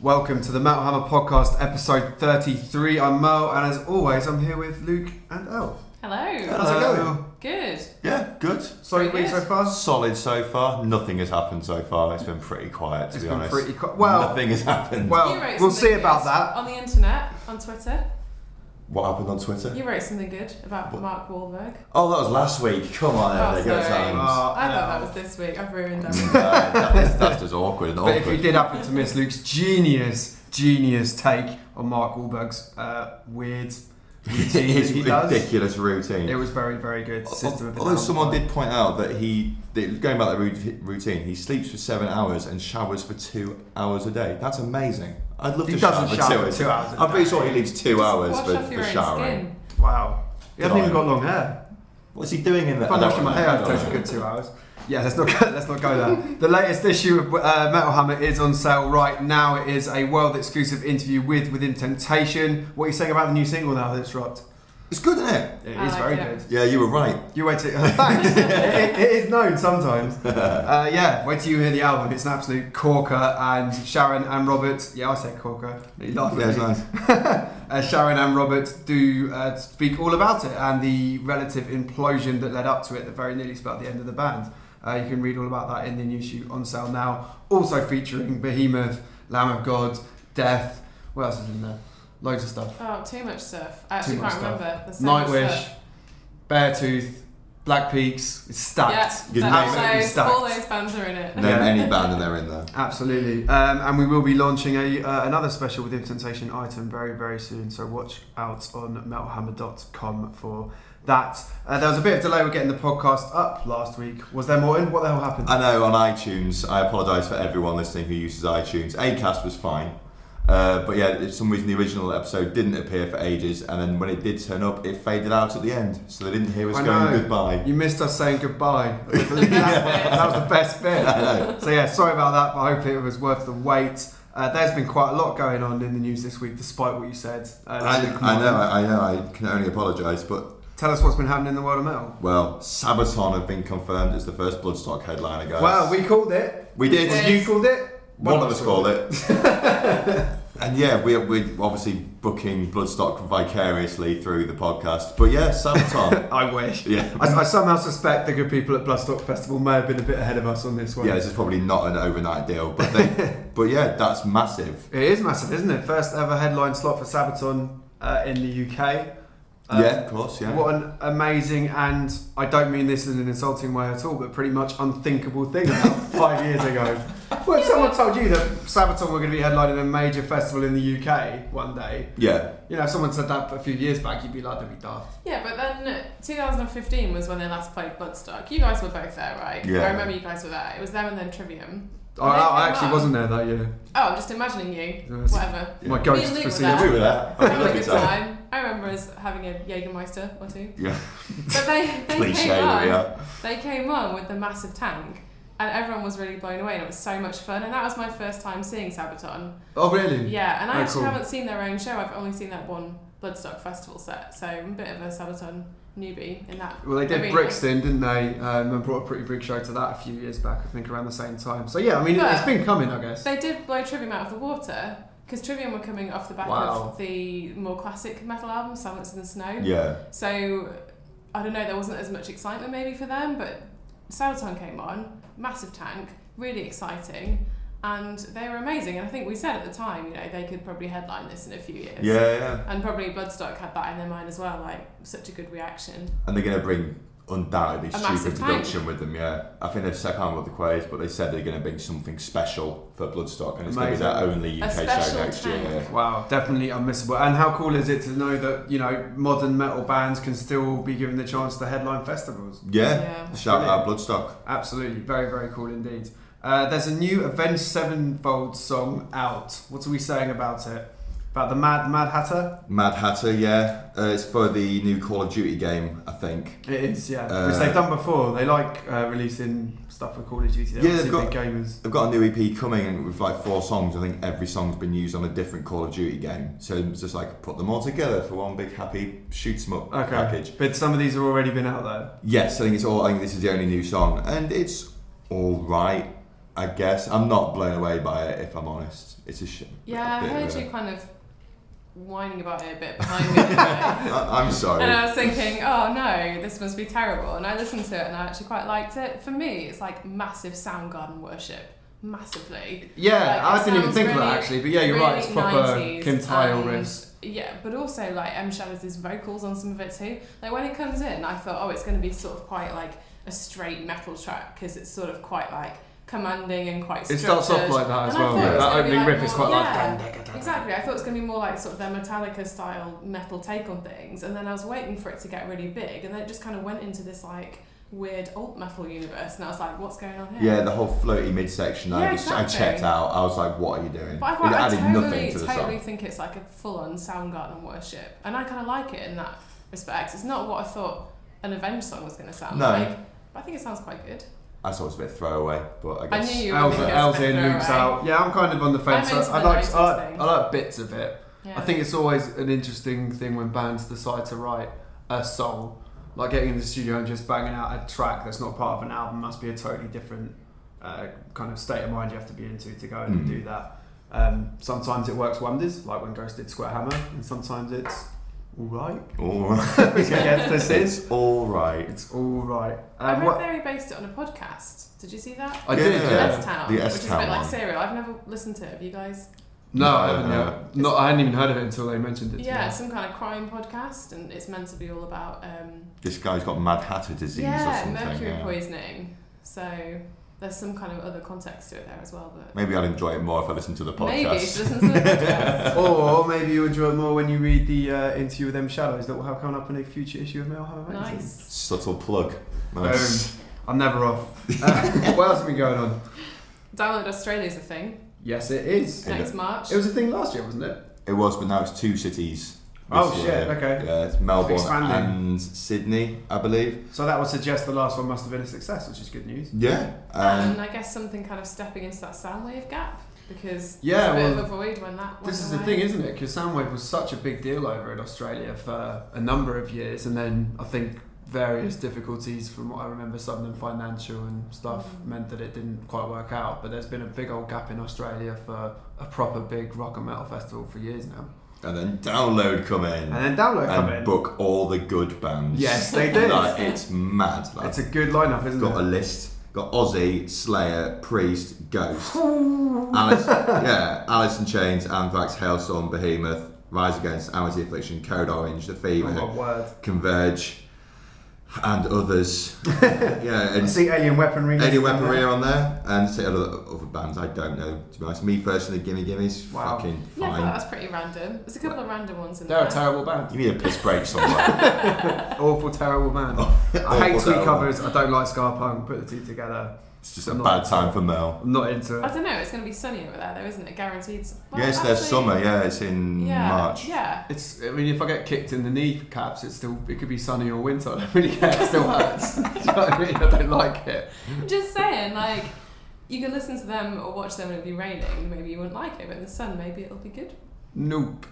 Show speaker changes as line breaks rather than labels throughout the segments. Welcome to the Metal Hammer Podcast, episode 33. I'm Mo, and as always, I'm here with Luke and Elle.
Hello.
How's it
Hello.
going?
Good.
Yeah, good.
Sorry,
Pretty
week so
good.
far.
Solid so far. Nothing has happened so far. It's been pretty quiet, to
It's
be
been
honest.
pretty co- well-
nothing has happened.
Well,
You wrote
we'll
something
see about
good
that.
On the internet, on Twitter,
what happened on Twitter?
you wrote something good about
What?
Mark Wahlberg.
Oh, that was last week. Come on,
Oh,
there go
sorry.
times.
Oh,
I
Elle.
thought that was this week. I've ruined
No,
that.
that is- that's just awkward and
But if you
awkward.
did happen to miss Luke's genius, genius take on Mark Wahlberg's uh, weird routine that
His
he does,
ridiculous routine.
it was very, very good. System of a
Although
Down
someone
vibe.
did point out that he, that going back to the rou- routine, he sleeps for seven hours and showers for two hours a day. That's amazing. I'd love
He
to
doesn't
shower
shower
for
two hours a
I'm pretty
day.
sure he leaves two hours
Wash
for,
off
for
your own
showering.
skin.
Wow. He hasn't
Good
even got
on
long hair.
What's he doing in there?
If I'm washing my hair, I'd take a good two hours. Yeah, let's not go, let's not go there. The latest issue of uh, Metal Hammer is on sale right now. It is a world exclusive interview with Within Temptation. What are you saying about the new single now that it's dropped?
It's good, isn't it?
It is
I like
very
it.
good.
Yeah, you were right.
You wait to thanks. it, it- it is known sometimes. Uh, yeah, wait till you hear the album. It's an absolute corker. And Sharon and Robert, yeah, I said corker. You laugh at
Yeah, it's
me.
nice.
uh, Sharon and Robert do uh, speak all about it and the relative implosion that led up to it that very nearly spelled the end of the band. Uh, you can read all about that in the new shoot on sale now. Also featuring Behemoth, Lamb of God, Death. What else is in there? Loads of stuff.
Oh, too much stuff. I actually
Too much
can't
stuff.
remember. There's so much
Nightwish,
stuff.
Beartooth, Black Peaks. It's stacked.
Yeah,
Good
that-
name.
those-
Absolutely stacked.
all those bands are in it.
Name any band and they're in there.
Absolutely. Um, and we will be launching a uh, another special with Temptation item very, very soon. So watch out on metalhammer.com for that. Uh, there was a bit of delay with getting the podcast up last week. Was there, Morton? What the hell happened?
I know on iTunes, I apologise for everyone listening who uses iTunes. Acast was fine. Uh, but yeah, for some reason the original episode didn't appear for ages, and then when it did turn up, it faded out at the end, so they didn't hear us
I
going
know.
goodbye.
You missed us saying goodbye. that, that was the best bit. So yeah, sorry about that, but hopefully it was worth the wait. Uh, there's been quite a lot going on in the news this week, despite what you said. Uh,
I,
Luke
I know,
Morton.
I, I know, I can only apologise, but
Tell us what's been happening in the world of metal.
well, Sabaton have been confirmed as the first Bloodstock headliner, guys.
Well, we called it.
we did.
Yes.
You called it.
One of us called it. and yeah, we're, we're obviously booking Bloodstock vicariously through the podcast. But yeah, Sabaton.
I wish.
yeah.
I, I somehow suspect the good people at Bloodstock Festival may have been a bit ahead of us on this one.
Yeah, this is probably not an overnight deal, but they, but yeah, that's massive.
It is massive, isn't it? First ever headline slot for Sabaton uh, in the UK. Um,
yeah, of course, yeah.
What an amazing and I don't mean this in an insulting way at all, but pretty much unthinkable thing about five years ago. Well, if someone told you that Sabaton were going to be headlining a major festival in the UK one day,
Yeah,
you know, if someone said that a few years back, you'd be like, they'd be daft.
Yeah, but then 2015 was when they last played Bloodstock. You guys were both there, right?
Yeah.
I remember you guys were there. It was them and then Trivium.
I, I, I
They-
actually wasn't there that year.
Oh, I'm just imagining you.
Yes.
Whatever.
Oh My
Me
Yeah.
and
ghost
Luke were
proceeded.
there.
we were there. I
Having a good
time.
time. I remember us having a Jägermeister or two.
Yeah,
But they, they
cliche.
came on.
Yeah,
They came on with the massive tank, and everyone was really blown away, and it was so much fun. And that was my first time seeing Sabaton.
Oh, really?
Yeah, and I
Oh,
actually
cool.
haven't seen their own show. I've only seen that one Bloodstock Festival set, so I'm a bit of a Sabaton newbie in that.
Well, they did
arena.
Brixton, didn't they? Um, and brought a pretty big show to that a few years back, I think, around the same time. So yeah, I mean, it- it's
But-
been coming, I guess.
They did blow Trivium out of the water because Trivium were coming off the back
Wow.
of the more classic metal album Silence in the Snow.
yeah.
So I don't know, there wasn't as much excitement maybe for them, but Sabaton came on, massive tank, really exciting, and they were amazing. And I think we said at the time, you know, they could probably headline this in a few years.
yeah, yeah.
And probably Bloodstock had that in their mind as well, like such a good reaction.
And they're gonna bring undoubtedly
A massive
stupid
time.
production with them. Yeah, I think they've said I can't remember what the quote is, but they said they're gonna bring something special for Bloodstock, and it's gonna be their
Amazing.
only
A
UK show
special
next year.
tank.
Wow, definitely unmissable. And how cool is it to know that you know modern metal bands can still be given the chance to headline festivals?
Yeah, shout out
Brilliant.
Bloodstock.
Absolutely, very very cool indeed. Uh, there's a new Avenged Sevenfold song out. What are we saying about it? About the Mad Mad Hatter?
Mad Hatter, yeah. Uh, it's for the new Call of Duty game, I think.
It is, yeah.
Uh,
Which they've done before. They like uh, releasing stuff for Call of Duty. They're
Yeah,
obviously
they've
big gamers.
They've got a new EP coming with like four songs. I think every song's been used on a different Call of Duty game. So it's just like put them all together for one big happy shoot 'em up
Okay,
package.
but some of these have already been out there.
Yes, I think it's all. I think this is the only new song, and it's all right. I guess I'm not blown away by it. If I'm honest, it's a shit.
Yeah, I
bit
heard
of a-
you kind of whining about it a bit behind me. today.
I, I'm sorry.
And I was thinking, oh no, this must be terrible. And I listened to it and I actually quite liked it. For me, it's like massive Soundgarden worship, massively.
Yeah,
Like, it
I didn't even
sounds
think of that
really-
actually, but yeah, you're right. It's
really
proper
90s,
Kim Tile
and-
riffs.
Yeah, but also like M Shadows' vocals on some of it too. Like when it comes in, I thought, oh, it's going to be sort of quite like a straight metal track because it's sort of quite like commanding and quite.
It
Structured.
starts off like that as
And I
well.
thought it was
That
gonna be
opening
like
riff is
more-
quite like.
yeah.
dun, dun, dun, dun.
Exactly. I thought it was going to be more like sort of their Metallica style metal take on things, and then I was waiting for it to get really big, and then it just kind of went into this like weird alt metal universe, and I was like, what's going on here?
Yeah, the whole floaty midsection. I
Yeah,
just
exactly.
I checked out. I was like, "What are you doing?"
But I,
it
quite, I
added
totally,
nothing to the
totally
song.
think it's like a full-on Soundgarden worship, and I kind of like it in that respect. It's not what I thought an Avenged song was going to sound
No.
like, but I think it sounds quite good.
I thought it was a bit throwaway, but I
I
guess
knew you were
Els,
gonna
Els
go
in,
Spectre,
loops
right?
out. Yeah, I'm kind of on the fence.
I'm into
I, I
the
like I,
'90s
like-
thing.
I like bits of it.
Yeah.
I think it's always an interesting thing when bands decide to write a song. Like getting in the studio and just banging out a track that's not part of an album must be a totally different uh, kind of state of mind you have to be into to go and
Mm.
do that. Um, sometimes it works wonders, like when Ghost did Square Hammer, and sometimes it's all right.
all right.
Which I guess this is.
It's all right.
It's all right.
I
Um,
read
what,
they based it on a podcast. Did you see that?
I did,
Yeah.
yeah.
S Town,
The
which is a
S-Town
bit like
one.
cereal. I've never listened to it. Have you guys?
No, I
No,
haven't.
no.
yet. Not, I hadn't even heard of it until they mentioned it. to
Yeah,
me.
it's some kind of crime podcast, and it's meant to be all about um,
This guy's got Mad Hatter disease or
yeah
something.
mercury
yeah.
poisoning. So there's some kind of other context to it there as well. But
Maybe I'd enjoy it more if I listened to the podcast.
maybe she listens to the podcast.
or maybe you enjoy it more when you read the uh, interview with them shadows that will have coming up in a future issue of Mail Hammer magazine.
nice.
Subtle plug. Nice.
I'm never off. Uh, what else has been going on?
Download Australia's a thing.
Yes, it is.
Yeah.
Next March.
It was a thing last year, wasn't it?
It was, but now it's two cities. this
Oh, shit,
year.
okay.
Yeah, it's Melbourne
Expanding.
and Sydney, I believe.
So that would suggest the last one must have been a success, which is good news.
Yeah. Um,
and I guess something kind of stepping into that soundwave gap because
Yeah,
there's a bit
well,
of a void when that.
This
went
is the
away.
thing, isn't it? Because Soundwave was such a big deal over in Australia for a number of years, and then I think various difficulties, from what I remember, something financial and stuff,
Mhm.
meant that it didn't quite work out. But there's been a big old gap in Australia for a proper big rock and metal festival for years now.
and then download come in.
And then Download come
and
in.
book all the good bands.
Yes, they did.
Like, it's mad. Like,
It's a good lineup, isn't
got a
it?
list. Got Ozzy, Slayer, Priest, Ghost, Alice, yeah, Alice in Chains, Anthrax, Hailstorm, Behemoth, Rise Against, Amity Affliction, Code Orange, The
Oh,
Fever,
my word.
Converge, and others. yeah,
I
and
see Alien Weaponry.
Alien Weaponry are on there, and say other other bands I don't know. To be honest, me personally, Gimme Gimme's
Wow.
fucking
Yeah, I
fine.
thought that was pretty random. There's a couple of random ones in
They're a
there.
terrible band.
you need a piss break somewhere.
Awful, terrible band. I hate
Awful,
twee
terrible.
covers. I don't like ska punk. Put the two together.
It's just a bad time for Mel.
I'm not into
I
it.
don't know. It's going to be sunny over there, though, isn't it? Guaranteed. sun- Well,
yes, there's
actually-
summer. Yeah, it's in
Yeah,
March.
Yeah.
It's. I mean, if I get kicked in the kneecaps, it's still. It could be sunny or winter. I don't really care. It still hurts. Do you know what I mean? I don't like it.
I'm just saying, like, you can listen to them or watch them and it'll be raining. Maybe you wouldn't like it, but in the sun, maybe it'll be good.
Nope.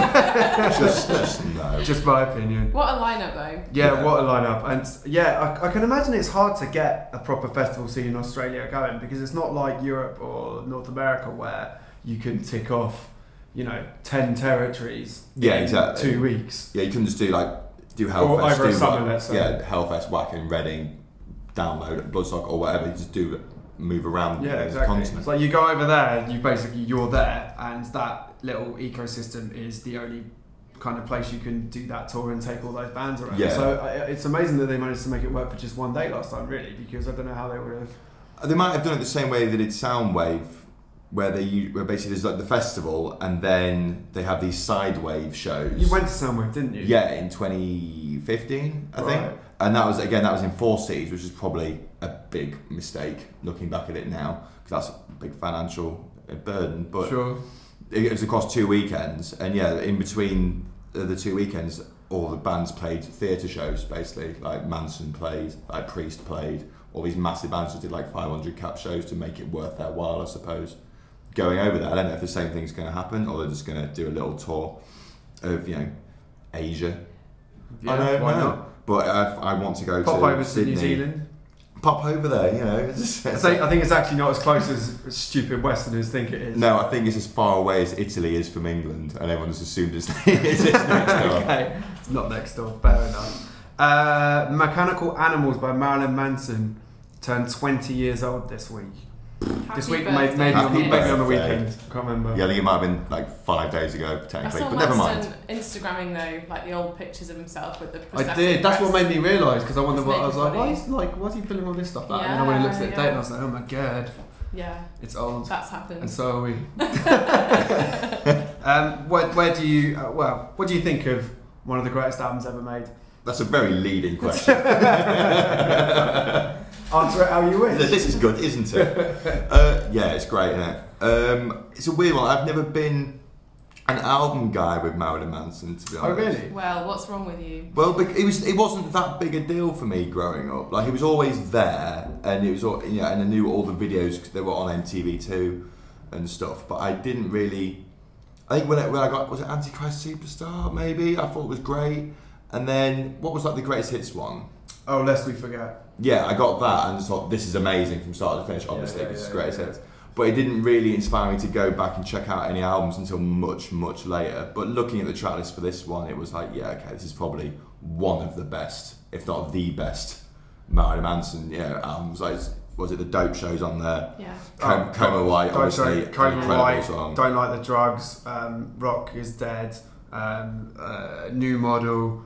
just, just no.
Just my opinion.
What a lineup, though.
Yeah,
Yeah.
what a lineup! And yeah, I, I can imagine it's hard to get a proper festival scene in Australia going because it's not like Europe or North America where you can tick off, you know, ten territories.
Yeah,
in
exactly.
Two weeks.
Yeah, you can just do like do
Or
Hellfest,
over a
do
summer,
Whack-
let's say.
yeah, Hellfest, Wacken, Reading, download Bloodstock or whatever. You just do move around you
Yeah,
know,
exactly.
the
It's
continent.
like you go over there, you basically you're there, and that little ecosystem is the only kind of place you can do that tour and take all those bands around.
Yeah.
So I- it's amazing that they managed to make it work for just one day last time, really, because I don't know how they would have.
They might have done it the same way they did Soundwave, where they u- where basically there's like the festival and then they have these sidewave shows.
You went to Soundwave, didn't you?
yeah, in 2015, I
Right.
think, and that was again that was in four cities, which is probably a big mistake looking back at it now because that's a big financial uh, burden. But
sure.
it was across two weekends, and yeah, in between the the two weekends, all the bands played theatre shows basically. Like Manson played, like Priest played, all these massive bands that did like 500 cap shows to make it worth their while, I suppose. Going over there, I don't know if the same thing's going to happen, or they're just going to do a little tour of you know Asia.
Yeah,
I don't
why
know,
not?
but if I want to go
Pop
to
over to
Sydney,
New Zealand.
pop over there, you know. It's,
I
it's
think, I think it's actually not as close as stupid Westerners think it is.
no, I think it's as far away as Italy is from England, and everyone just assumed it's, it's next door.
okay, it's not next door. Fair enough. Uh, Mechanical Animals by Marilyn Manson turned 20 years old this week.
Happy
this week, may-
birthday.
maybe, on, the-
Happy
maybe on the
birthday.
weekend. Can't remember.
Yeah, I think it might have been like five days ago,
I
technically,
saw
but never mind.
Lanston Instagramming though, like the old pictures of himself with the.
I
prosthetic
did. That's what
breasts.
made me realise because I wondered
It's
what I was like.
naked
Why
body.
is like why is he filling all this stuff out? And then I went and looked at the
Yeah,
date and I
yeah.
was like, oh my god,
Yeah,
it's old.
that's
And
happened.
so are we. um, where, where do you uh, well? What do you think of one of the greatest albums ever made?
That's a very leading question.
Answer it how you wish.
this is good, isn't it? Uh, yeah, it's great, isn't it? Um, it's a weird one. I've never been an album guy with Marilyn Manson, to be
Oh
honest.
really?
Well, what's wrong with you?
Well, bec- it was it wasn't that big a deal for me growing up. Like it was always there, and it was all, you know, and I knew all the videos 'cause they were on MTV too, and stuff. But I didn't really. I think when I, when I got was it Antichrist Superstar maybe I thought it was great, and then what was like the greatest hits one?
Oh, lest we forget.
Yeah, I got that and just thought this is amazing from start to finish. Obviously,
yeah,
because it's
yeah,
great
yeah.
hits. But it didn't really inspire me to go back and check out any albums until much, much later. But looking at the track list for this one, it was like, yeah, okay, this is probably one of the best, if not the best, Marilyn Manson you know, albums. Like, was it the Dope Shows on there?
Yeah.
Com-
Oh,
Coma White,
Don't,
obviously,
don't, Cobra
incredible
White,
song.
don't like the drugs. Um, rock is dead. Um, uh, new model,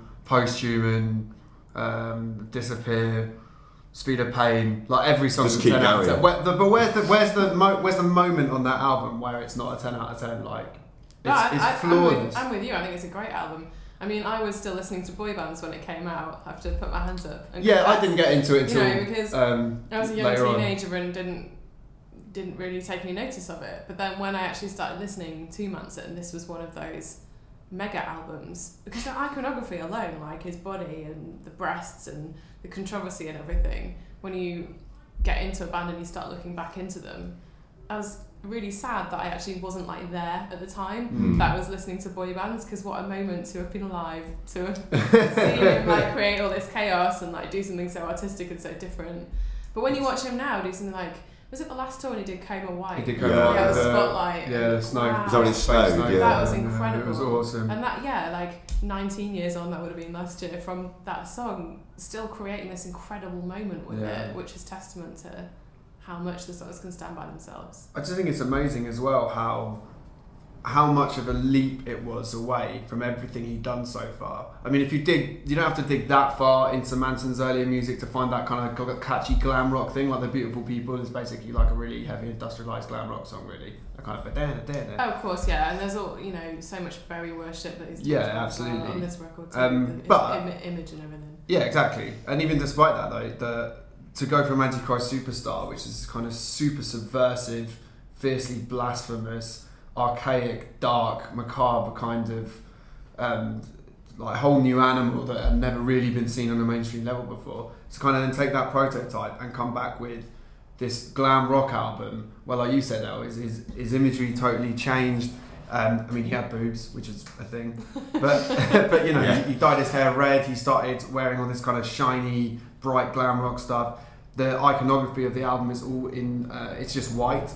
post-human, um, disappear, speed of pain. Like every song
Just
is a
keep
ten out of
going.
ten. Where, the, but where's the where's the mo- where's the moment on that album where it's not a ten out of ten? Like it's,
No, I-
it's
I, I'm,
flawless.
with, I'm with you. I think it's a great album. I mean, I was still listening to boy bands when it came out. I have to put my hands up. And
yeah, I
confess.
didn't get into it
You
until
know, because
um,
I was a young
later on.
teenager and didn't didn't really take any notice of it. But then when I actually started listening to Manson, this was one of those mega albums because the iconography alone, like his body and the breasts and the controversy and everything, when you get into a band and you start looking back into them, I was really sad that I actually wasn't like there at the time
Mm.
that I was listening to boy bands because what a moment to have been alive to have seen him like create all this chaos and like do something so artistic and so different. But when you watch him now do something like was it the last tour when he did Coma White?
He did
Coma
yeah,
White,
Yeah, the
the-
spotlight.
yeah, the snow.
Wow.
Is that when it snowed?
Snow.
Yeah.
That was
Yeah, It was
incredible.
awesome.
And that yeah, like 19 years on, that would have been last year from that song, still creating this incredible moment with
Yeah.
it, which is testament to how much the songs can stand by themselves.
I just think it's amazing as well how how much of a leap it was away from everything he'd done so far. I mean, if you dig, you don't have to dig that far into Manson's earlier music to find that kind of catchy glam rock thing, like "The Beautiful People" is basically like a really heavy industrialized glam rock song, really. A kind of
Oh, of course, yeah, and there's all you know, so much berry worship that is
Yeah,
on
absolutely.
this record, too,
Um,
the- it's
but-
im- image and everything.
Yeah, exactly. And even despite that, though, the to go from Antichrist Superstar, which is kind of super subversive, fiercely blasphemous, archaic, dark, macabre kind of um, like whole new animal that had never really been seen on a mainstream level before. To kind of then take that prototype and come back with this glam rock album. Well, like you said, though, is his, his imagery totally changed. Um, I mean, he had boobs, which is a thing, but but you know,
Yeah.
he, he dyed his hair red. He started wearing all this kind of shiny, bright glam rock stuff. The iconography of the album is all in. Uh, it's just white,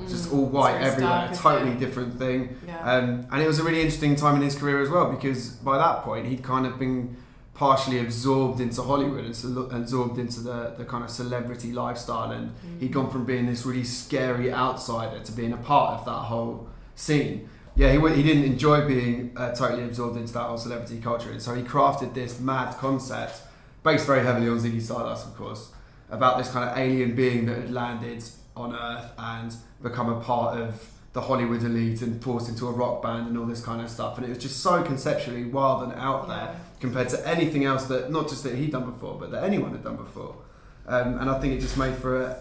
it's just
Mm.
all white
So it's
everywhere.
dark, isn't
totally
it?
different thing.
Yeah.
Um, and it was a really interesting time in his career as well because by that point he'd kind of been partially absorbed into Hollywood and so- absorbed into the, the kind of celebrity lifestyle and
Mm.
he'd gone from being this really scary outsider to being a part of that whole scene. Yeah, he, wa- he didn't enjoy being uh, totally absorbed into that whole celebrity culture, and so he crafted this mad concept, based very heavily on Ziggy Stardust, of course, about this kind of alien being that had landed on Earth and become a part of the Hollywood elite and forced into a rock band and all this kind of stuff. And it was just so conceptually wild and out there
Yeah.
compared to anything else that not just that he'd done before, but that anyone had done before. Um, and I think it just made for a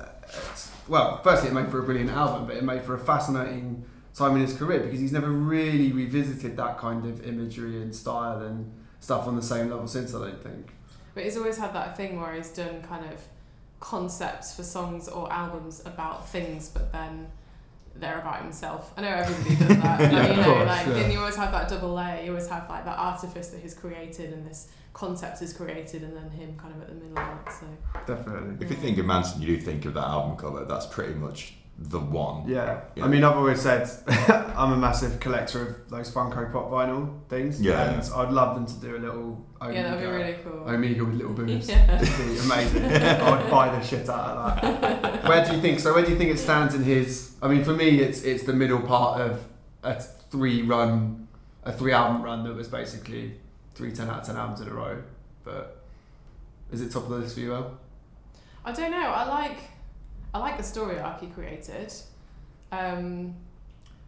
well, firstly, it made for a brilliant album, but it made for a fascinating time in his career because he's never really revisited that kind of imagery and style and stuff on the same level since. I don't think.
But he's always had that thing where he's done kind of concepts for songs or albums about things, but then there about himself. I know everybody does that. Like,
Yeah,
you
of
know,
course,
like
yeah.
then you always have that double layer. You always have like that artifice that he's created and this concept is created, and then him kind of at the middle of it. So
Definitely.
If you think of Manson, you do think of that album cover. That's pretty much the one.
Yeah.
Yeah.
I mean, I've always said I'm a massive collector of those Funko Pop vinyl things.
Yeah.
And I'd love them to do a little Omega,
yeah, that'd be really cool.
Omega with little boobs.
Yeah.
It'd be amazing. I'd buy the shit out of that. Where do you think? So where do you think it stands in his? I mean, for me, it's it's the middle part of a three run, a three album run that was basically three ten out of ten albums in a row. But is it top of the list for you, El?
I don't know. I like I like the story arc he created, um,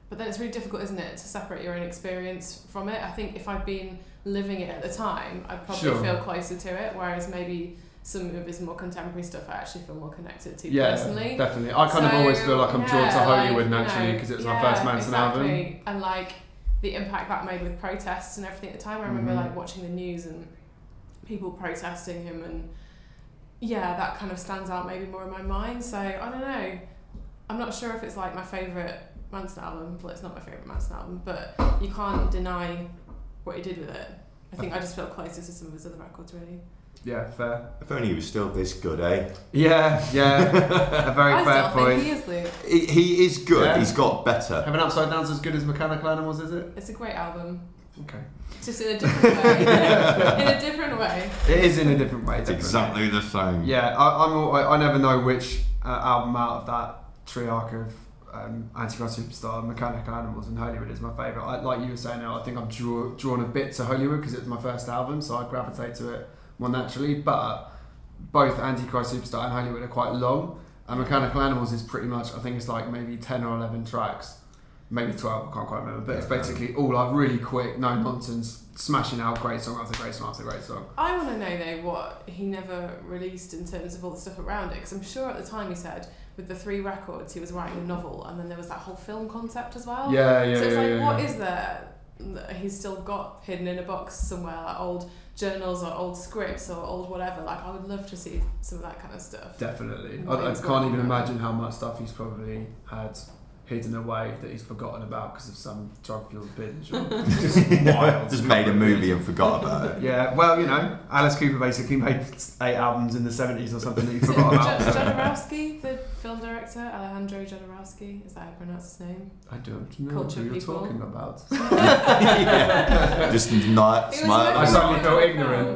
but then it's really difficult, isn't it, to separate your own experience from it? I think if I'd been living it at the time, I'd probably
Sure.
feel closer to it. Whereas maybe some of his more contemporary stuff, I actually feel more connected to
yeah,
personally.
definitely. I kind of
So,
always feel like I'm drawn to
yeah,
Hollywood
like,
naturally
no,
because it was
yeah,
my first Manson
exactly.
album.
And like the impact that made with protests and everything at the time. I remember
Mhm.
like watching the news and people protesting him and yeah, that kind of stands out maybe more in my mind. So I don't know. I'm not sure if it's like my favourite Manson album. Well it's not my favourite Manson album, but you can't deny what he did with it. I think I just felt closer to some of his other records really.
Yeah, fair.
If only he was still this good, eh?
Yeah, yeah. a very
I
fair
still
point.
think he is Luke.
He, he is good.
Yeah.
He's got better.
Heaven Upside Down's as good as Mechanical Animals, is it?
It's a great album.
Okay.
Just in a different way. in a different way.
It is in a different way.
It's
definitely.
exactly the same.
Yeah, I, I'm. al- I, I never know which uh, album out of that triarch of um, Antichrist Superstar, Mechanical Animals, and Hollywood is my favourite. I, like you were saying, now I think I'm draw, drawn a bit to Hollywood because it was my first album, so I gravitate to it more naturally. But both Antichrist Superstar and Hollywood are quite long, and Mechanical Animals is pretty much. I think it's like maybe ten or eleven tracks. Maybe 12, I can't quite remember, but it's basically all like really quick, no nonsense, smashing out great song after great song after great song.
I want to know though what he never released in terms of all the stuff around it because I'm sure at the time he said with the three records he was writing a novel and then there was that whole film concept as well.
Yeah, yeah,
Oh, so it's
yeah,
like
yeah,
what
yeah.
is there that he's still got hidden in a box somewhere like old journals or old scripts or old whatever like I would love to see some of that kind of stuff.
Definitely.
What
I, I
he's
can't
got.
even imagine how much stuff he's probably had hidden away that he's forgotten about because of some drug fueled binge. Or just wild.
Just made a movie and forgot about it.
Yeah, well, you know, Alice Cooper basically made eight albums in the 70s or something that you forgot about.
Jod- Jodorowsky, the film director Alejandro Jodorowsky, is that how you pronounce his name?
I don't know
Culture
what you're
people.
talking about.
Yeah. Just not
It was
smile.
I
Culture
suddenly feel
people.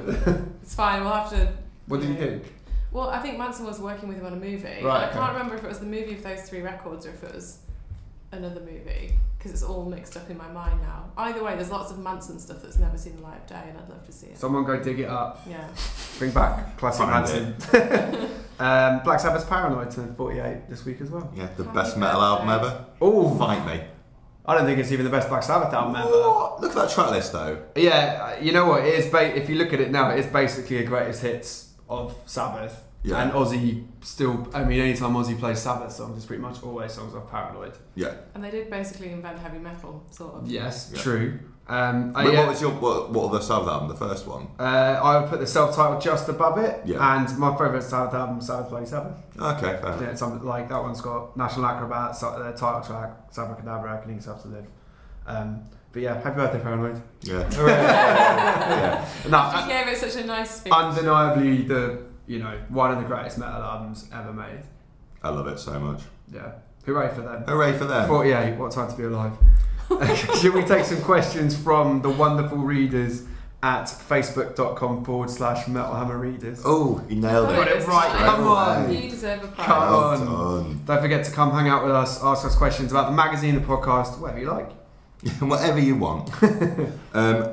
ignorant.
It's fine. We'll have to
what did you think?
Well, I think Manson was working with him on a movie. and
Right,
I
okay.
can't remember if it was the movie of those three records or if it was another movie because it's all mixed up in my mind now. Either way, there's lots of Manson stuff that's never seen the light of day, and I'd love to see it.
Someone go dig it up.
yeah,
Bring back classic
Find
Manson. um, Black Sabbath's Paranoid turned 48 this week as well.
Yeah, the
Happy
best metal album
birthday.
ever.
Oh,
Fight me.
I don't think it's even the best Black Sabbath album ever.
What? Look at that track list though.
Yeah, uh, you know what? It is. Ba- if you look at it now, it is basically a greatest hits of Sabbath.
Yeah.
And Ozzy still. I mean, anytime Ozzy plays Sabbath songs, it's pretty much always songs off Paranoid.
and they did basically invent heavy metal, sort of.
Yes,
Yeah.
true. Um, I,
Wait,
yeah,
What was your what, what other Sabbath album? The first one.
uh, I would put the self-titled just above it,
Yeah.
and my favourite Sabbath album, Sabbath Play Sabbath.
Okay, fair.
Yeah, something like that one's got National Acrobat, so, uh, title track, Sabbath Cadabra, I can Have to Live. Um, but yeah, happy birthday, Paranoid.
Yeah.
Yeah. No, uh,
You gave it such a nice speech.
undeniably the you know one of the greatest metal albums ever made.
I love it so much.
Yeah, hooray for them.
Hooray for them.
Forty-eight. What time to be alive? Should we take some questions from the wonderful readers at facebook.com forward slash metal hammer readers?
Oh, you nailed
Got
it.
it right, come on.
You deserve a prize.
Come on.
Well done.
Don't forget to come hang out with us, ask us questions about the magazine, the podcast, whatever you like.
Whatever you want. um,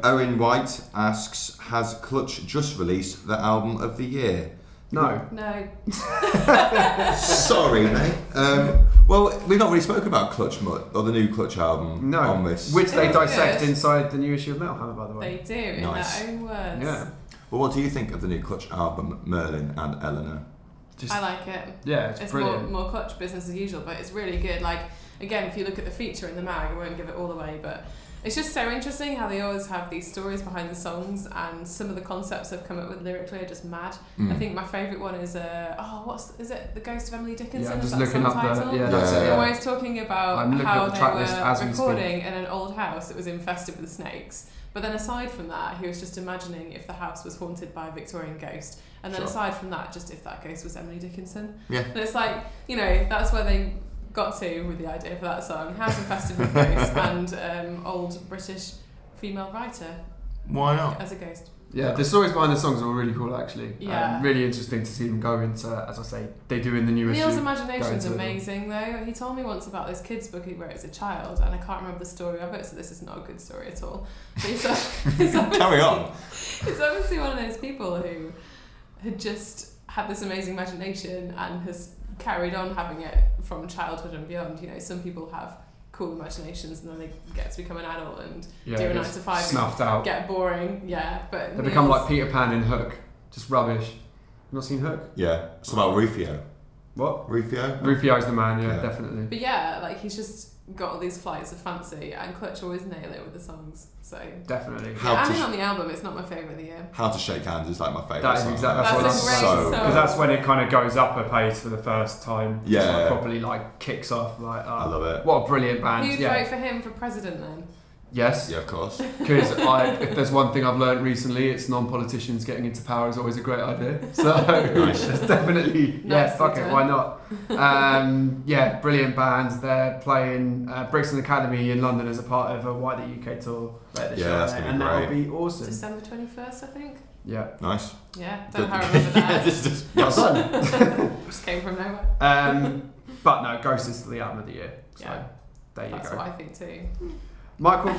Owen White asks, has Clutch just released the album of the year?
No.
No,
Sorry, mate. Um, well, we've not really spoken about Clutch much, or the new Clutch album
No.
on this.
Which they
It was
dissect
good.
inside the new issue of Metal Hammer, by the way.
they do in
Nice.
their own words.
Yeah.
well, what do you think of the new Clutch album, Merlin and Eleanor?
Just,
I like it.
yeah, it's,
It's more,
brilliant.
more clutch business as usual, but it's really good. Like again, if you look at the feature in the mag, I won't give it all away, but It's just so interesting how they always have these stories behind the songs, and some of the concepts they've come up with lyrically are just mad. I
Hmm.
Mm.
think my favourite one is uh, oh, what's is it? The Ghost of Emily Dickinson.
Yeah, I'm
Is
just
that
looking up
subtitle?
the. Yeah,
Yeah,
that's it.
yeah,
They're
Yeah.
always talking about
I'm looking
how
at the
they
track
were
list as we speak.
recording in an old house that was infested with snakes. But then aside from that, he was just imagining if the house was haunted by a Victorian ghost. And then
Sure.
aside from that, just if that ghost was Emily Dickinson.
Yeah.
And it's like, you know, that's where they got to with the idea for that song. House infested with ghosts and um, old British female writer
Why not?
as a ghost.
Yeah, the stories behind the songs are all really cool, actually.
Yeah.
Um, really interesting to see them go into, as I say, they do in the new
Neil's
issue.
imagination's
into it.
amazing though. He told me once about this kids book he wrote as a child, and I can't remember the story of it, so this is not a good story at all. But he's, he's obviously-
Carry on.
He's obviously one of those people who had just had this amazing imagination and has carried on having it from childhood and beyond. You know, some people have cool imaginations and then they get to become an adult and
Yeah,
do a
it
nine
gets
to five.
Snuffed out.
get boring. Yeah, but
They become
Neil's-
like Peter Pan in Hook. Just rubbish. You've not seen Hook?
Yeah. It's about Rufio.
What?
Rufio?
Rufio's the man, yeah,
Yeah.
definitely.
But yeah, like he's just got all these flights of fancy, and Clutch always nail it with the songs. So
Definitely.
How
yeah,
to
and
sh-
on the album, it's not my favourite of the year.
How to Shake Hands is like my favourite.
That is
song.
exactly-
that's
That's
a great
so-
song.
Because that's when it kind of goes up a pace for the first time. It's
Yeah.
like properly like kicks off. Like,
I
uh,
love it.
what a brilliant band.
Who'd
yeah.
vote for him for president then?
Yes.
Yeah, of course.
Because if there's one thing I've learned recently, it's non-politicians getting into power is always a great idea. So
Nice.
it's definitely yeah,
Nicely
fuck it,
done.
why not? Um, yeah, brilliant bands. They're playing uh, Brixton Academy in London as a part of a wider UK tour later this
Yeah,
year,
that's
mate,
gonna be
and that'll
great.
be awesome.
December twenty first, I think.
Yeah,
Nice.
Yeah, don't know how I remember
yeah,
that.
this is
well done.
just came from nowhere.
Um, but no, Ghost is the album of the year. So
Yeah.
there you
That's
go.
what I think too.
Michael,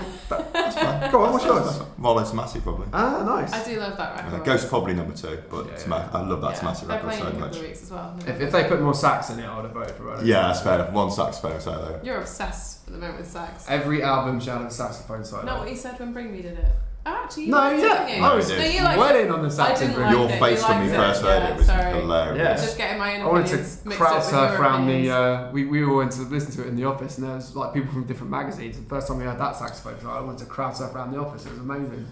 that's fine.
go on, what's yours?
Well, it's massive, probably.
Ah, nice.
I do love that record.
Uh, Ghost probably number two, but
Yeah,
it's
yeah.
ma- I love that massive
They're
record
playing
so
in a
much.
couple of weeks as well.
If, if they put more sax in it, I would have voted for it.
Yeah, that's fair enough. One saxophone solo.
You're obsessed at the moment with sax.
Every album should have a saxophone solo.
Not what you said when Bring Me did it. Oh, actually, you
uh, No,
liked it,
yeah.
didn't you?
No,
I
we
was
did.
No, you liked
well in on the
I
sax
didn't
and
like
bring.
Your
it,
face
you
when we
liked
first
it,
heard
yeah,
it was
sorry.
Yeah.
hilarious.
Just getting my own
I wanted
opinions
to
mixed
crowd
up with your
surf around the.
opinions.
Uh, we, we all went to listen to it in the office, and there was like people from different magazines. The first time we heard that saxophone solo, I wanted to crowd surf around the office. It was amazing.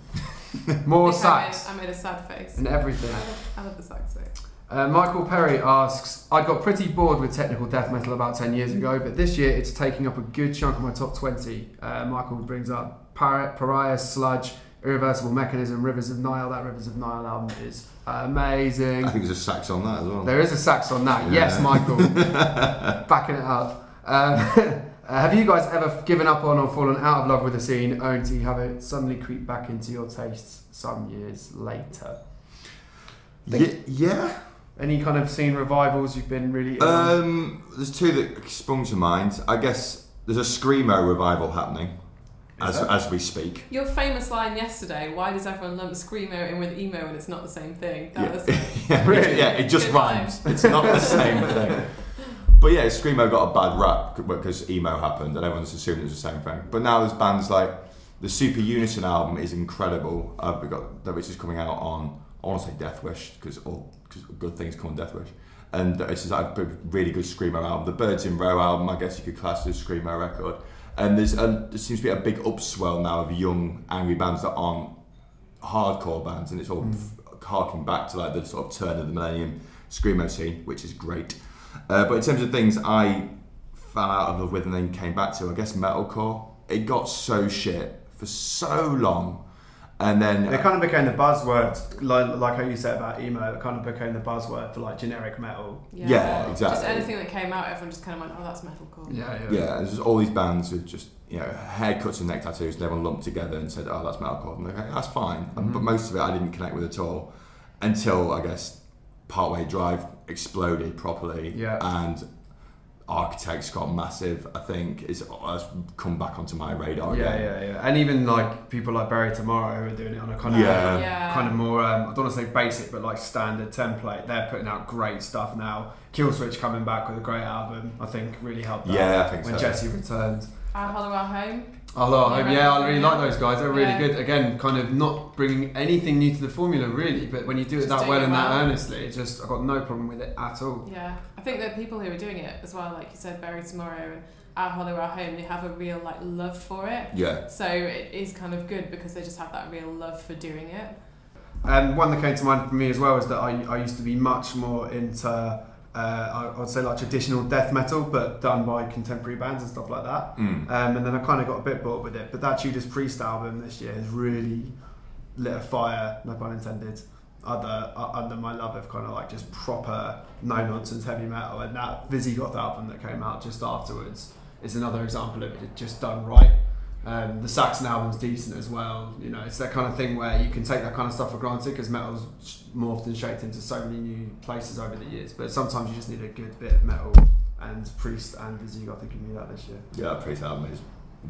More
I think I made-
sax
I made a sad face.
and
I
everything.
love, I love the sax though.
Uh, Michael Perry asks, I got pretty bored with technical death metal about 10 years ago, but this year it's taking up a good chunk of my top 20. Uh, Michael brings up Par- Pariah, Sludge, Irreversible Mechanism, Rivers of Nile. That Rivers of Nile album is amazing.
I think there's a sax on that as well.
There is a sax on that. Yes,
Yeah.
Michael. Backing it up. Um, uh, have you guys ever given up on or fallen out of love with a scene only to have it suddenly creep back into your tastes some years later?
Ye- yeah.
Any kind of scene revivals you've been really. in on?
Um, there's two that sprung to mind. I guess there's a screamo revival happening
Is
as
there?
as we speak.
Your famous line yesterday, why does everyone lump Screamo in with emo and it's not the same thing? That
Yeah.
was
yeah,
Really?
it, yeah, it just
Good
rhymes. It's not the same thing. But yeah, screamo got a bad rap because emo happened, and everyone's assumed it was the same thing. But now there's bands like the Super Unison album is incredible. Uh, we got that which is coming out on I want to say Death Wish because all cause good things come on Death Wish, and it's just like a really good screamo album. The Birds in Row album, I guess you could class as a screamo record. And there's a, there seems to be a big upswell now of young angry bands that aren't hardcore bands, and it's all f- harking back to like the sort of turn of the millennium screamo scene, which is great. Uh, but in terms of things I fell out of love with and then came back to, I guess metalcore. It got so shit for so long, and then
It kind of became the buzzword, like, like how you said about emo. It kind of became the buzzword for like generic metal.
Yeah,
Yeah,
Just
exactly.
anything that came out, everyone just kind of went, oh, that's metalcore.
yeah, there's just all these bands with just you know haircuts and neck tattoos, and everyone lumped together and said, "Oh, that's metalcore." And okay, that's fine,
Mhm.
but most of it I didn't connect with at all until I guess Partway Drive exploded properly,
Yeah.
and Architects got massive. I think is has come back onto my radar.
yeah,
again.
yeah, yeah. And even like people like Barry Tomorrow who are doing it on a kind of
Yeah.
Yeah.
kind of more. Um, I don't want to say basic, but like standard template. They're putting out great stuff now. Killswitch coming back with a great album. I think really helped. That
yeah, I think
When
so.
Jesse returns,
Our Hollow Our Home.
I love,
Yeah.
yeah, I really like those guys. They're really
Yeah.
good. Again, kind of not bringing anything new to the formula, really. But when you do it
Just
that
doing
well
it
and that
well.
earnestly, it's just I've got no problem with it at all.
Yeah, I think that people who are doing it as well, like you said, Bury Tomorrow and Our Hollow Our Home, they have a real like love for it.
Yeah.
So it is kind of good because they just have that real love for doing it.
And Um, one that came to mind for me as well is that I, I used to be much more into, uh, I, I would say, like traditional death metal, but done by contemporary bands and stuff like that.
Mm.
Um, and then I kind of got a bit bored with it. But that Judas Priest album this year has really lit a fire, no pun intended, other, uh, under my love of kind of like just proper no nonsense heavy metal. And that Visigoth album that came out just afterwards is another example of it just done right. Um, the Saxon album's decent as well. You know, it's that kind of thing where you can take that kind of stuff for granted because metal's sh- morphed and shaped into so many new places over the years. But sometimes you just need a good bit of metal. And Priest and Visigoth are giving me that this year.
Yeah, that Priest album is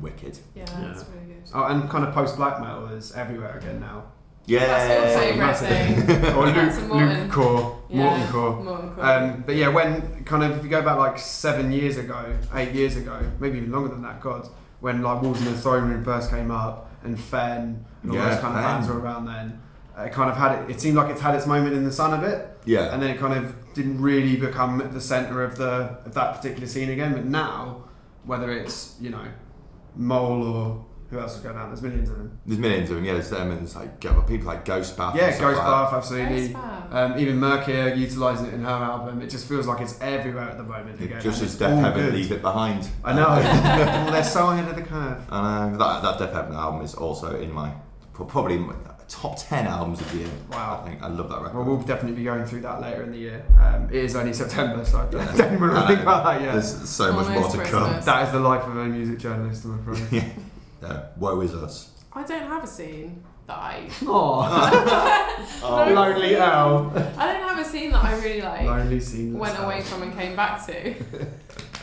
wicked.
Yeah,
Yeah.
that's really good.
Oh, and kind of post black metal is everywhere again now.
Yeah.
That's your favourite
Massive.
thing.
Or
That's
Luke,
a Morton.
Luke Core,
Yeah.
Morton Core.
Morton Core.
Um, but yeah, when kind of if you go back like seven years ago, eight years ago, maybe even longer than that, God, when like Walls in the Throne Room first came up and Fen and all
Yeah,
those kind of
Fen.
bands were around then, it kind of had it, it seemed like it's had its moment in the sun a bit.
Yeah.
and then it kind of didn't really become the center of the of that particular scene again. But now, whether it's you know, Mole or who else is going down, there's millions of them.
There's millions of them. Yeah, there's them and it's like go- people like Ghost Bath. and
yeah,
stuff
Ghost
like
Bath,
Very
absolutely.
smart.
Um, even Mercury utilising it in her album. It just feels like it's everywhere at the moment.
that.
Again,
Just
and
as
it's
Death
all
Heaven,
good.
leave it behind.
I know. well, they're so ahead of the curve.
And uh, that that Death Heaven album is also in my probably in my top ten albums of the year.
Wow.
I think I love that record.
Well, we'll definitely be going through that later in the year. Um, it is only September, so I don't,
Yeah.
don't even
I
really
know.
think about that yet.
There's so much more
Almost
to come.
Christmas.
That is the life of a music journalist, I'm afraid.
Yeah, Uh, woe is us.
I don't have a scene that I.
Aww. Oh.
No.
Lonely Al.
I don't have a scene that I really like.
Lonely scene.
went away from and came back to.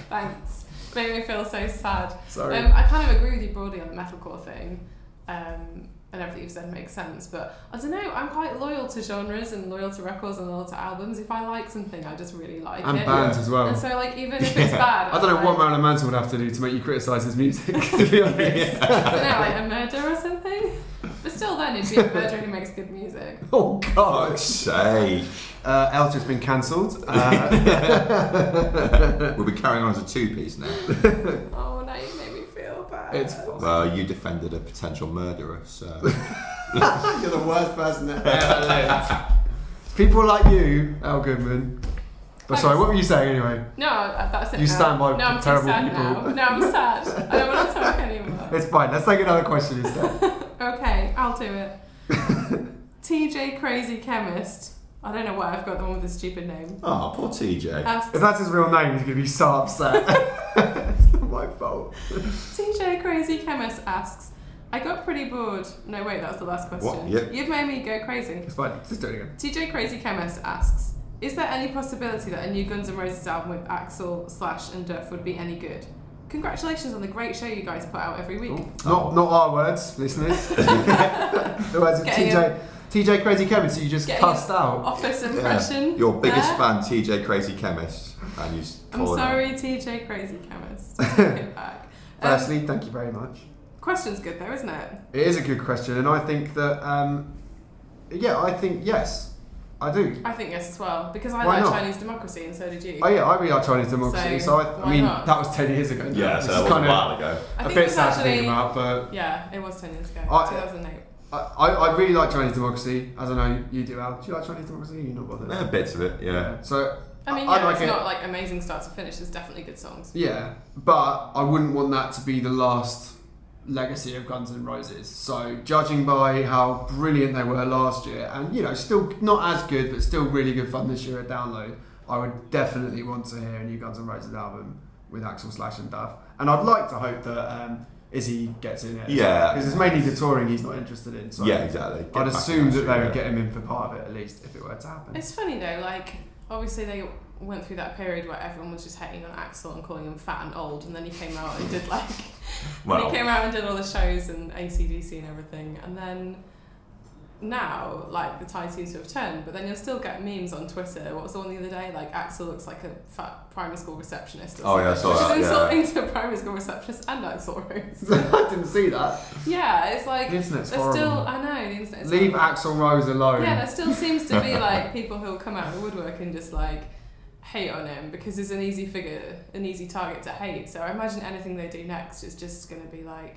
Thanks. Made me feel so sad.
Sorry.
Um, I kind of agree with you broadly on the metalcore thing, um, and everything you've said makes sense. But I don't know. I'm quite loyal to genres and loyal to records and loyal to albums. If I like something, I just really like
and
it.
bands as well.
And so, like, even if it's bad,
I don't know
I'm
what
like,
Marilyn Manson would have to do to make you criticise his music. to be honest.
I don't know, like a murder or something. But still, then it'd be a murder who makes good music.
Oh
Fuck's sake.
Uh, Elton's been cancelled. Uh,
We'll be carrying on as a two piece now.
Oh, now you made me feel bad.
it's fine.
Well, you defended a potential murderer, so.
You're the worst person that ever lived. People like you, Al Goodman. But sorry, what were you saying anyway?
No, I- that's it.
You
now.
stand by
no, I'm too
terrible
sad
people.
Now. No, I'm sad. I don't want to talk anymore.
It's fine. Let's take another question instead.
Okay, I'll do it. TJ Crazy Chemist. I don't know why I've got the one with the stupid name.
Oh, poor TJ.
if
Asks,
that's his real name, he's gonna be so upset. it's not my fault.
TJ Crazy Chemist asks, I got pretty bored. No, wait, that was the last question.
What? Yep.
You've made me go crazy.
It's fine. Just do it again.
TJ Crazy Chemist asks, is there any possibility that a new Guns N' Roses album with Axel, Slash, and Duff would be any good? Congratulations on the great show you guys put out every week.
Not not our words, listeners. the words of
Getting
TJ TJ Crazy Kevin. So you just
Getting
cussed out.
Office
Yeah.
impression.
Your biggest
there.
fan, TJ Crazy Chemist. And you s-
I'm
call it out.
sorry, TJ Crazy Chemist. Take it back. Um,
Firstly, thank you very much.
question's good though, isn't it?
It is a good question, and I think that um, yeah, I think yes, I do.
I think yes as well because I
Why
like
not?
Chinese democracy and so did you.
Oh yeah, I really like Chinese democracy. So,
So,
I, I
why
mean,
not?
that was ten years ago. now.
Yeah,
This
so
is
that was a
kind of
while ago.
I
a
think it
bit
was
sad to
actually-
think about, but
Yeah, it was ten years ago,
I-
2008.
I, I, I really like Chinese democracy, as I know you do. Al, do you like Chinese democracy? You're not bothered.
Yeah, bits of it, yeah.
So
I mean, yeah,
I like
it's
it.
not like amazing start to finish. There's definitely good songs.
Yeah, but I wouldn't want that to be the last legacy of Guns N' Roses. So, judging by how brilliant they were last year, and you know, still not as good, but still really good fun this year at Download, I would definitely want to hear a new Guns N' Roses album with Axel Slash and Duff. And I'd like to hope that um, Izzy gets in it.
Yeah.
Because it's mainly the touring he's not interested in. So
Yeah, exactly. Get
I'd
back
assume
in
that they would
yeah.
get him in for part of it at least if it were to happen.
It's funny though, like obviously they went through that period where everyone was just hating on Axel and calling him fat and old, and then he came out and did like and he
Well,
came out and did all the shows and ACDC and everything, and then now, like the tide seems to have turned, but then you'll still get memes on Twitter. What was the one the other day? Like Axel looks like a fat primary school receptionist. Or
Oh, yeah, I
something,
saw
which is
that,
insulting to primary school receptionists and Axel Rose.
I didn't see that.
yeah, it's like
The
there's
internet's horrible.
still. I know the internet. Is
Leave
horrible.
Axel Rose alone.
Yeah, there still seems to be like people who'll come out of the woodwork and just like hate on him because he's an easy figure, an easy target to hate. So I imagine anything they do next is just going to be like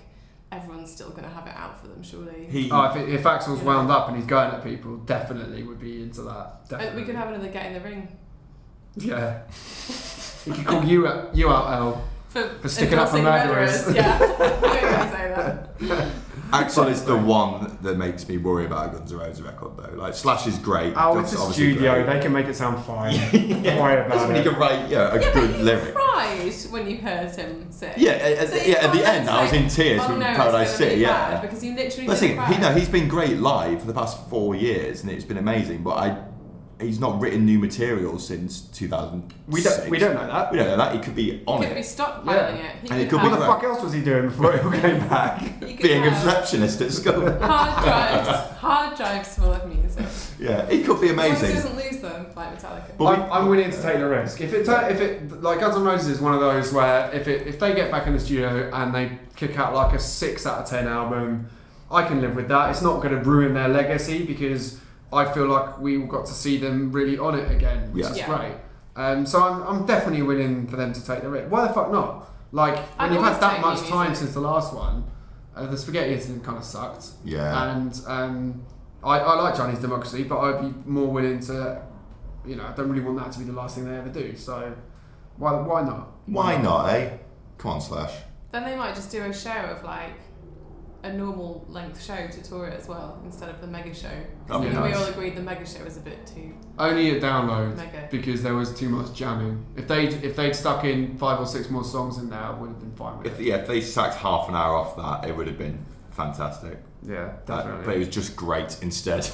everyone's still going to have it out for them, surely.
He,
Oh, if, if Axel's wound up and he's going at people, definitely would be into that.
Uh,
Definitely.
we could have another get in the ring
Yeah. he could call you out, you out, El.
for,
For sticking up for
endorsing
murderers.
Yeah, I don't really say that.
Axel is the one that makes me worry about a Guns N' Roses record though. Like Slash is great.
Oh,
That's
it's a
obviously
studio.
great.
They can make it sound fine. Don't
yeah.
worry
That's
about
when he
it.
can write yeah, a
yeah,
good
but you
lyric.
cried when you heard him sing.
Yeah, at,
So
at-
you
yeah, at
can't
the end, I was
say,
in tears
oh,
from
no, it's
Paradise
gonna be
City.
bad,
Yeah.
because you literally
That's the
didn't
thing. He,
cry.
no, he's been great live for the past four years, and it's been amazing. But I, he's not written new material since 2000.
We don't, we don't know that.
We don't know that. He could be on
He could be
it,
stockpiling it. He
And it could
What
be
the
have,
great.
fuck else was he doing before he came back?
he could
being a
have-
receptionist at school.
hard drives, hard drives full of music. As
yeah, he could be
long as he
amazing.
doesn't lose them, like Metallica.
But we-
I'm, I'm willing to take the risk. If it, turn- if it, like Guns N' Roses is one of those where if it, if they get back in the studio and they kick out like a six out of ten album, I can live with that. It's not going to ruin their legacy because I feel like we all got to see them really on it again, which
Yeah.
is
Yeah.
great. Um, so I'm, I'm definitely willing for them to take the risk. Why the fuck not? Like
I'd
when you've had
always
that
take
much
new
time
music.
since the last one, uh, the spaghetti incident kind of sucked.
Yeah.
And um, I, I like Chinese democracy, but I'd be more willing to, you know, I don't really want that to be the last thing they ever do. So why why not?
Why not, eh? Come on, Slash.
Then they might just do a show of like a normal length show to tour it as well instead of the mega show.
That'd be
I think
nice.
We all agreed the mega show was a bit too
Only a download
mega.
because there was too much jamming. If they if they'd stuck in five or six more songs in there, I would have been fine with
If,
it.
yeah, if they sacked half an hour off that, it would have been fantastic.
Yeah,
That- but it
definitely.
was just great instead.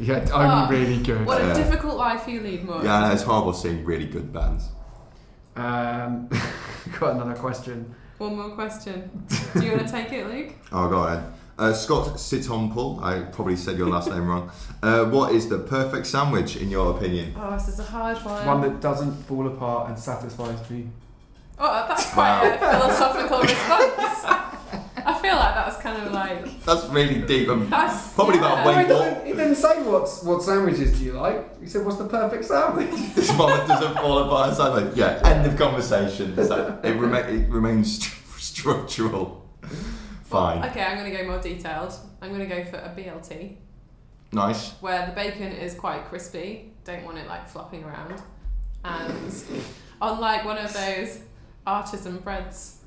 Yeah, only
Ah,
really good.
What
Yeah.
a difficult life you lead, Mark.
yeah, I know, it's horrible seeing really good bands.
Um, got another question.
One more question. Do you want to take it, Luke?
Oh, go on. Uh, Scott Sitompoul, I probably said your last name wrong. Uh, what is the perfect sandwich in your opinion?
Oh, this is a hard one.
One that doesn't fall apart and satisfies me.
oh, that's quite a philosophical response. I feel like that's kind of like
That's really deep. Um,
that's
Probably
yeah.
about weight.
he, doesn't, he didn't say what's, what sandwiches do you like. He said, what's the perfect sandwich?
this one that doesn't fall apart. It's like, yeah, end of conversation. So it, rema- it remains st- structural. Fine.
Okay, I'm going to go more detailed. I'm going to go for a BLT
Nice.
where the bacon is quite crispy. Don't want it like flopping around. And unlike one of those artisan breads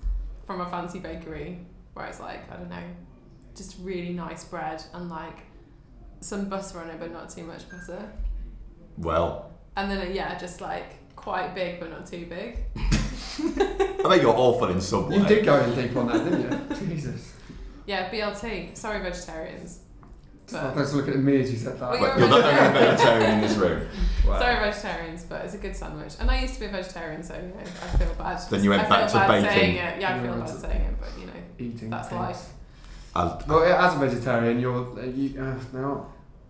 from a fancy bakery where it's like, I don't know, just really nice bread and like some butter on it but not too much butter.
Well,
And then, yeah, just like quite big but not too big.
I bet you're awful in Subway.
You did go in deep on that, didn't you? Jesus.
Yeah, BLT. Sorry, vegetarians. But-
Thanks for looking at me as you said that.
Well,
Wait, you're not the only vegetarian in this room. Wow.
Sorry, vegetarians, but it's a good sandwich. And I used to be a vegetarian, so you know, I feel bad.
Then you went
I
back
feel
to
bad
bacon.
Saying it. Yeah, I feel
Yeah,
bad
it's-
saying it, but you know,
Eating.
that's
things.
life.
I'll-
Well, yeah, as a vegetarian, you're uh, you, uh, there aren't,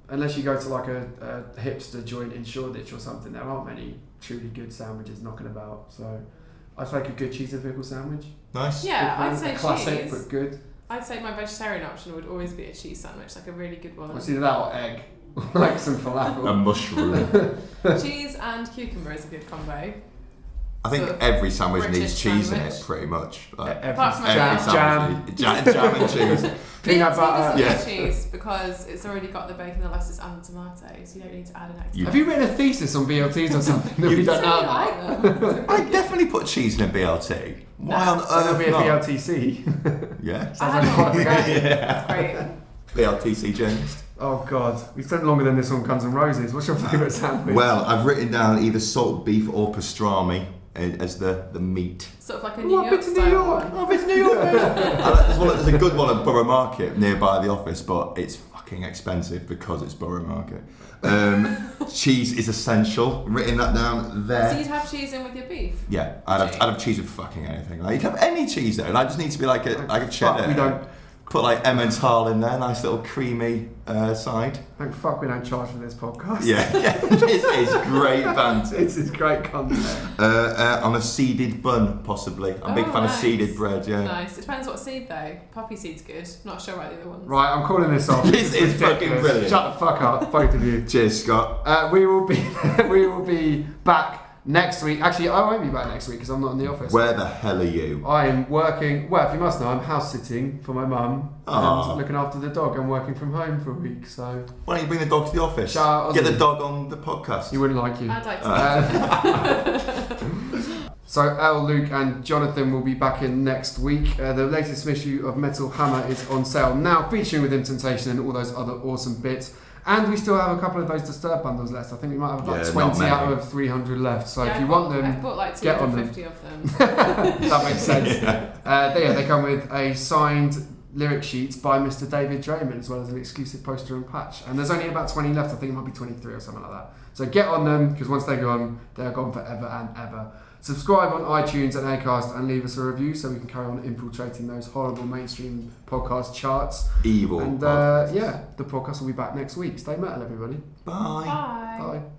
unless you go to like a, a hipster joint in Shoreditch or something. There aren't many truly good sandwiches knocking about. So, I'd like a good cheese and pickle sandwich.
nice.
Yeah,
Good
I'd
one,
say
a classic
cheese.
but good.
I'd say my vegetarian option would always be a cheese sandwich, like a really good one.
What's either that or egg, like some
A Um,
falafel. E-,
mushroom.
cheese and cucumber is a good combo.
I think
Sort of
every sandwich
British
needs cheese in
sandwich.
it, pretty much. Like,
Apart from
Every-
a
every
jam.
sandwich needs- jam, jam and cheese.
Peanut
BLT
butter.
doesn't need
Yeah.
cheese because it's already got the bacon, the lettuce, and the tomatoes. You don't need to add an extra.
You-
Have you written a thesis on BLTs or something that
You-
we
So
don't know
you
about?
like them.
I definitely put cheese in a BLT. Why on
So there'll
earth
be a
not?
BLTC.
Yeah.
I
Sounds like
had one.
a
It's great.
yeah.
It's great.
BLTC journalist.
Oh God, we spent longer than this on Guns N' Roses. What's your favourite sandwich?
Well, I've written down either salt beef or pastrami uh, as the, the meat.
Sort of like a
Oh,
New
I've
York
been to New
style
York.
one.
I've been to New York. mate.
I like- there's, one, there's a good one at Borough Market nearby the office, but it's fucking expensive because it's Borough Market. Um, cheese is essential. Written that down
So
there.
you'd have cheese in with your beef.
Yeah, I'd have, I'd have cheese with fucking anything. Like you can have any cheese though, and I just need to be like a like a cheddar.
Fuck, we don't
Put like Emmental in there, nice little creamy uh, side.
Thank fuck we don't charge for this podcast.
Yeah, yeah. this is great banter.
This is great content.
Uh, uh, on a seeded bun, possibly. I'm a big
Oh,
fan of
nice.
seeded bread. Yeah.
Nice. It depends what seed though. Poppy seed's good. Not sure about the other ones.
Right, I'm calling this off.
This is fucking
ridiculous.
brilliant.
Shut the fuck up, both of you.
Cheers, Scott.
Uh, we will be we will be back next week. Actually, I won't be back next week because I'm not in the office.
Where the hell are you?
I am working. Well, if you must know, I'm house sitting for my mum
Aw.
and looking after the dog. I'm working from home for a week, so
Why don't you bring the dog to the office?
Shout out
Get
Ozzy.
the dog on the podcast.
he wouldn't like you.
I'd like to.
Uh, so Al, Luke, and Jonathan will be back in next week. Uh, the latest issue of Metal Hammer is on sale now, featuring Within Temptation and all those other awesome bits. And we still have a couple of those Disturbed bundles left. I think we might have about
Yeah, not
20 out
many.
of 300 left. So
Yeah,
if
I
you
bought-
want them,
I've bought like
get on
250 of them.
that makes sense.
Yeah.
Uh, they, yeah, they come with a signed lyric sheet by Mr. David Draymond, as well as an exclusive poster and patch. And there's only about 20 left. I think it might be 23 or something like that. So get on them because once they're gone, they're gone forever and ever. Subscribe on iTunes and Acast and leave us a review so we can carry on infiltrating those horrible mainstream podcast charts. uh,
Evil.
and uh, yeah, the podcast will be back next week. Stay metal, everybody.
Bye.
Bye.
Bye.